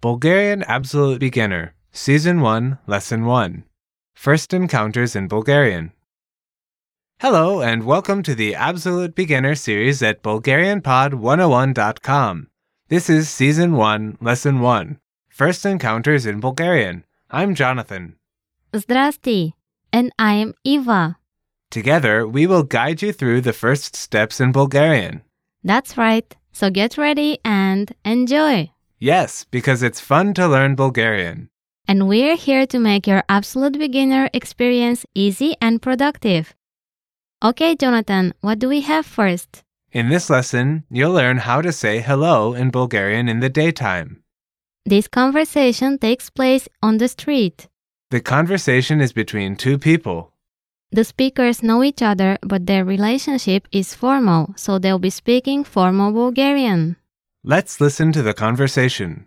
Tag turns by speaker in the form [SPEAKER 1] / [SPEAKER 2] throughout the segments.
[SPEAKER 1] Bulgarian Absolute Beginner, Season 1, Lesson 1 First Encounters in Bulgarian. Hello, and welcome to the Absolute Beginner series at BulgarianPod101.com. This is Season 1, Lesson 1 First Encounters in Bulgarian. I'm Jonathan.
[SPEAKER 2] Здрасти! And I am Eva.
[SPEAKER 1] Together, we will guide you through the first steps in Bulgarian.
[SPEAKER 2] That's right. So get ready and enjoy.
[SPEAKER 1] Yes, because it's fun to learn Bulgarian.
[SPEAKER 2] And we're here to make your absolute beginner experience easy and productive. Okay, Jonathan, what do we have first?
[SPEAKER 1] In this lesson, you'll learn how to say hello in Bulgarian in the daytime.
[SPEAKER 2] This conversation takes place on the street.
[SPEAKER 1] The conversation is between two people.
[SPEAKER 2] The speakers know each other, but their relationship is formal, so they'll be speaking formal Bulgarian.
[SPEAKER 1] Let's listen to the conversation.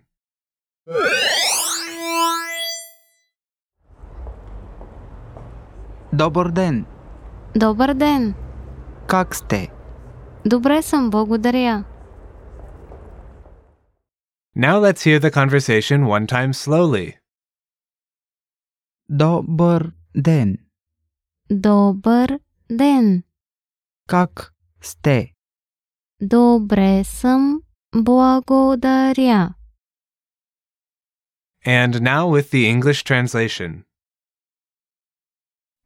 [SPEAKER 3] Добър ден!
[SPEAKER 2] Добър ден!
[SPEAKER 3] Как сте?
[SPEAKER 2] Добре съм, благодаря.
[SPEAKER 1] Now let's hear the conversation one time slowly.
[SPEAKER 3] Добър ден!
[SPEAKER 2] Добър ден!
[SPEAKER 3] Как сте?
[SPEAKER 2] Добре съм, благодаря.
[SPEAKER 1] And now with the English translation.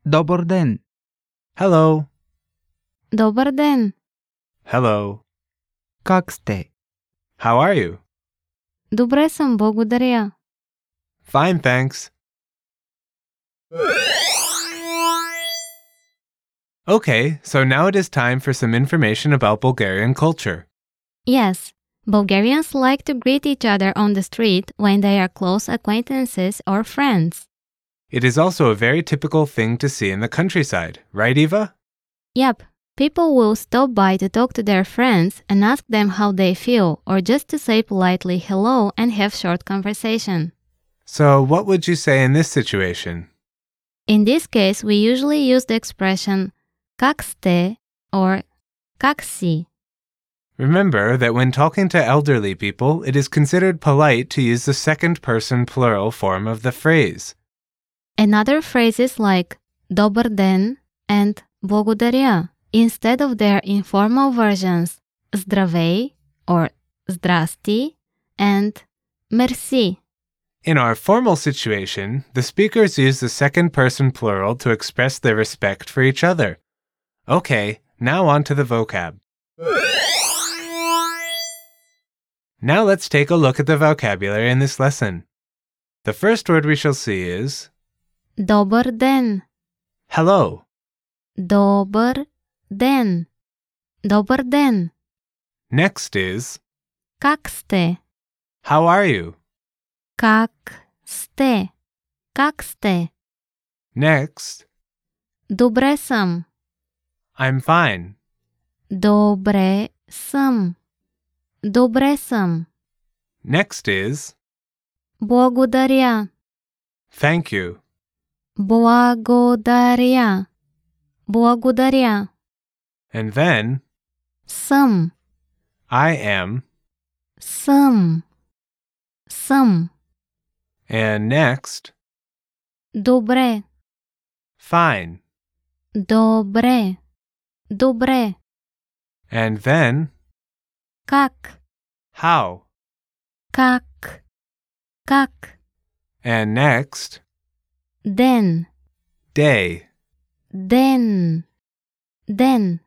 [SPEAKER 3] Добър ден!
[SPEAKER 1] Hello.
[SPEAKER 2] Добър ден!
[SPEAKER 1] Hello.
[SPEAKER 3] Как сте?
[SPEAKER 1] How are you?
[SPEAKER 2] Добре съм, благодаря.
[SPEAKER 1] Fine, thanks. Okay, so now it is time for some information about Bulgarian culture.
[SPEAKER 2] Yes, Bulgarians like to greet each other on the street when they are close acquaintances or friends.
[SPEAKER 1] It is also a very typical thing to see in the countryside, right, Eva?
[SPEAKER 2] Yep, people will stop by to talk to their friends and ask them how they feel or just to say politely hello and have short conversation.
[SPEAKER 1] So, what would you say in this situation?
[SPEAKER 2] In this case, we usually use the expression как сте or как си.
[SPEAKER 1] Remember that when talking to elderly people, it is considered polite to use the second person plural form of the phrase.
[SPEAKER 2] Another phrases like добър ден and благодаря instead of their informal versions здравей or здрасти and мерси.
[SPEAKER 1] In our formal situation, the speakers use the second person plural to express their respect for each other. Okay, now on to the vocab. Now let's take a look at the vocabulary in this lesson. The first word we shall see is
[SPEAKER 2] Добър ден.
[SPEAKER 1] hello.
[SPEAKER 2] Добър ден. Добър ден.
[SPEAKER 1] Next is
[SPEAKER 2] Как сте?
[SPEAKER 1] how are you?
[SPEAKER 2] Как сте? Как сте?
[SPEAKER 1] Next,
[SPEAKER 2] Добре съм.
[SPEAKER 1] I'm fine.
[SPEAKER 2] Добре съм. Добре съм.
[SPEAKER 1] Next is
[SPEAKER 2] Благодаря.
[SPEAKER 1] thank you.
[SPEAKER 2] Благодаря. Благодаря.
[SPEAKER 1] And then
[SPEAKER 2] Съм.
[SPEAKER 1] I am.
[SPEAKER 2] Съм. Съм.
[SPEAKER 1] And next,
[SPEAKER 2] Добре.
[SPEAKER 1] fine.
[SPEAKER 2] Добре. Добре.
[SPEAKER 1] And then
[SPEAKER 2] Как?
[SPEAKER 1] how.
[SPEAKER 2] Как? Как?
[SPEAKER 1] And next,
[SPEAKER 2] Ден.
[SPEAKER 1] day.
[SPEAKER 2] Ден. Ден.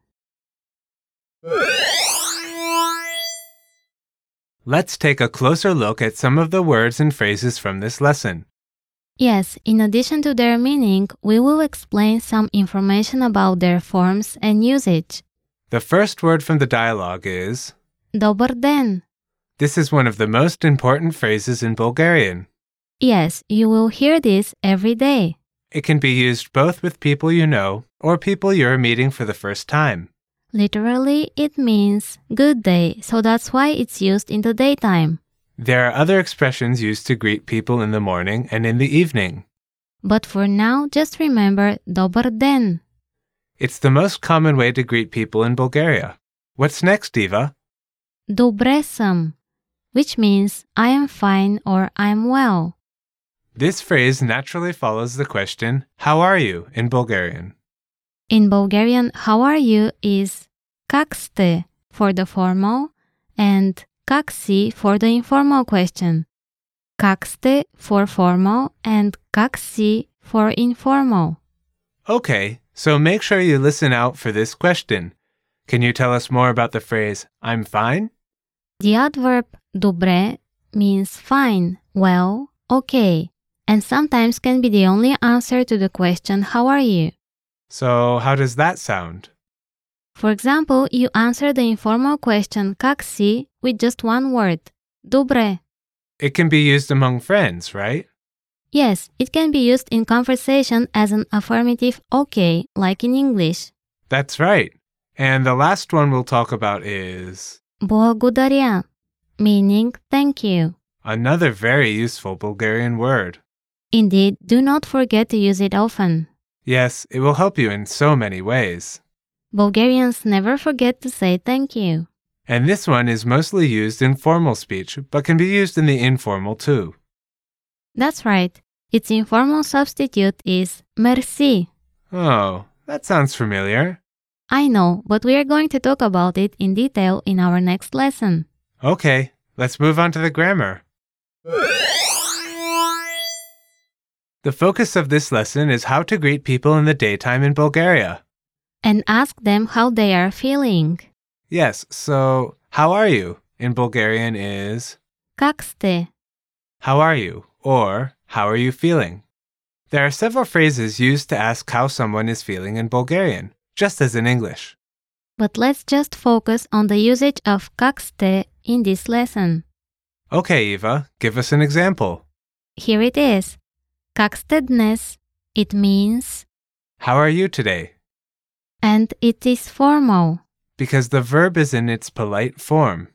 [SPEAKER 1] Let's take a closer look at some of the words and phrases from this lesson.
[SPEAKER 2] Yes, in addition to their meaning, we will explain some information about their forms and usage.
[SPEAKER 1] The first word from the dialogue is
[SPEAKER 2] Добър ден.
[SPEAKER 1] this is one of the most important phrases in Bulgarian.
[SPEAKER 2] Yes, you will hear this every day.
[SPEAKER 1] It can be used both with people you know or people you're meeting for the first time.
[SPEAKER 2] Literally, it means good day, so that's why it's used in the daytime.
[SPEAKER 1] There are other expressions used to greet people in the morning and in the evening.
[SPEAKER 2] But for now, just remember Добър ден.
[SPEAKER 1] It's the most common way to greet people in Bulgaria. What's next, Eva?
[SPEAKER 2] Добре съм. which means I am fine or I'm well.
[SPEAKER 1] This phrase naturally follows the question, How are you in Bulgarian?
[SPEAKER 2] In Bulgarian, how are you is как сте for the formal and как си for the informal question. Как сте for formal and как си for informal.
[SPEAKER 1] Okay, so make sure you listen out for this question. Can you tell us more about the phrase, I'm fine?
[SPEAKER 2] The adverb добре means fine, well, okay, and sometimes can be the only answer to the question how are you.
[SPEAKER 1] So, how does that sound?
[SPEAKER 2] For example, you answer the informal question как си with just one word, добре.
[SPEAKER 1] It can be used among friends, right?
[SPEAKER 2] Yes, it can be used in conversation as an affirmative okay, like in English.
[SPEAKER 1] That's right. And the last one we'll talk about is
[SPEAKER 2] Благодаря, meaning thank you.
[SPEAKER 1] another very useful Bulgarian word.
[SPEAKER 2] Indeed, do not forget to use it often.
[SPEAKER 1] Yes, it will help you in so many ways.
[SPEAKER 2] Bulgarians never forget to say thank you.
[SPEAKER 1] And this one is mostly used in formal speech, but can be used in the informal too.
[SPEAKER 2] That's right. Its informal substitute is merci.
[SPEAKER 1] Oh, that sounds familiar.
[SPEAKER 2] I know, but we are going to talk about it in detail in our next lesson.
[SPEAKER 1] Okay, let's move on to the grammar. The focus of this lesson is how to greet people in the daytime in Bulgaria.
[SPEAKER 2] And ask them how they are feeling.
[SPEAKER 1] Yes, so how are you in Bulgarian is
[SPEAKER 2] Как сте?
[SPEAKER 1] how are you or how are you feeling? There are several phrases used to ask how someone is feeling in Bulgarian, just as in English.
[SPEAKER 2] But let's just focus on the usage of как сте in this lesson.
[SPEAKER 1] Okay, Eva, give us an example.
[SPEAKER 2] Here it is. Как сте днес? It means,
[SPEAKER 1] How are you today?
[SPEAKER 2] and it is formal.
[SPEAKER 1] Because the verb is in its polite form,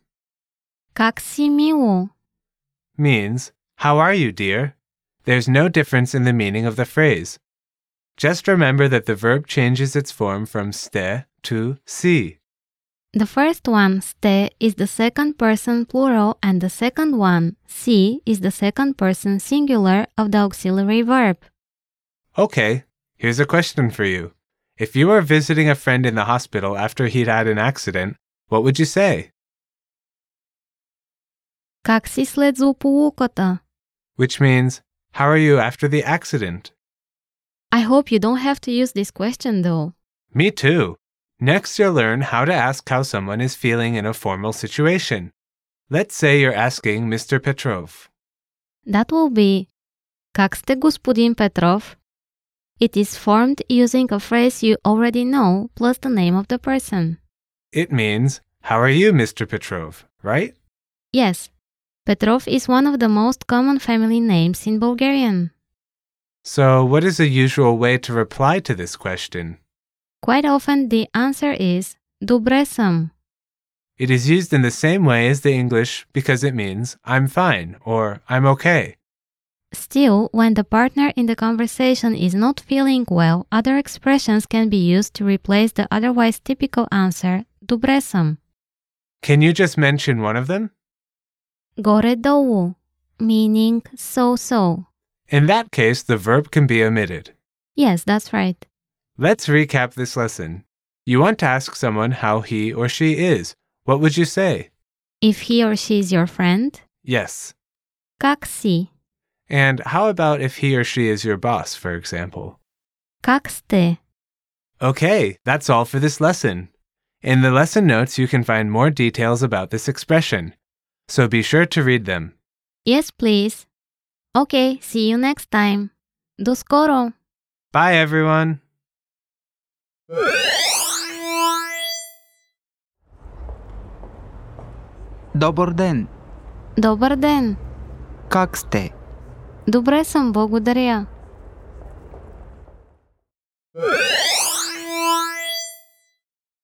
[SPEAKER 2] Как си мило?
[SPEAKER 1] means, How are you, dear? There's no difference in the meaning of the phrase. Just remember that the verb changes its form from ste to si.
[SPEAKER 2] The first one, ste, is the second person plural, and the second one, si, is the second person singular of the auxiliary verb.
[SPEAKER 1] Okay, here's a question for you. If you were visiting a friend in the hospital after he'd had an accident, what would you say?
[SPEAKER 2] Как си след злополуката?
[SPEAKER 1] Which means, How are you after the accident?
[SPEAKER 2] I hope you don't have to use this question though.
[SPEAKER 1] Me too. Next, you'll learn how to ask how someone is feeling in a formal situation. Let's say you're asking Mr. Petrov.
[SPEAKER 2] That will be Как сте, господин Петров? It is formed using a phrase you already know plus the name of the person.
[SPEAKER 1] It means, How are you, Mr. Petrov? Right?
[SPEAKER 2] Yes, Petrov is one of the most common family names in Bulgarian.
[SPEAKER 1] So, what is a usual way to reply to this question?
[SPEAKER 2] Quite often the answer is Добре съм.
[SPEAKER 1] It is used in the same way as the English because it means, I'm fine or I'm okay.
[SPEAKER 2] Still, when the partner in the conversation is not feeling well, other expressions can be used to replace the otherwise typical answer Добре съм.
[SPEAKER 1] Can you just mention one of them?
[SPEAKER 2] Горе-долу, meaning so-so.
[SPEAKER 1] In that case, the verb can be omitted.
[SPEAKER 2] Yes, that's right.
[SPEAKER 1] Let's recap this lesson. You want to ask someone how he or she is. What would you say?
[SPEAKER 2] If he or she is your friend,
[SPEAKER 1] Yes.
[SPEAKER 2] как си?
[SPEAKER 1] And how about if he or she is your boss, for example?
[SPEAKER 2] Как сте?
[SPEAKER 1] Okay, that's all for this lesson. In the lesson notes, you can find more details about this expression. So be sure to read them.
[SPEAKER 2] Yes, please. Okay, see you next time. До скоро!
[SPEAKER 1] Bye, everyone.
[SPEAKER 3] Добър ден.
[SPEAKER 2] Добър ден!
[SPEAKER 3] Как сте?
[SPEAKER 2] Добре съм, благодаря.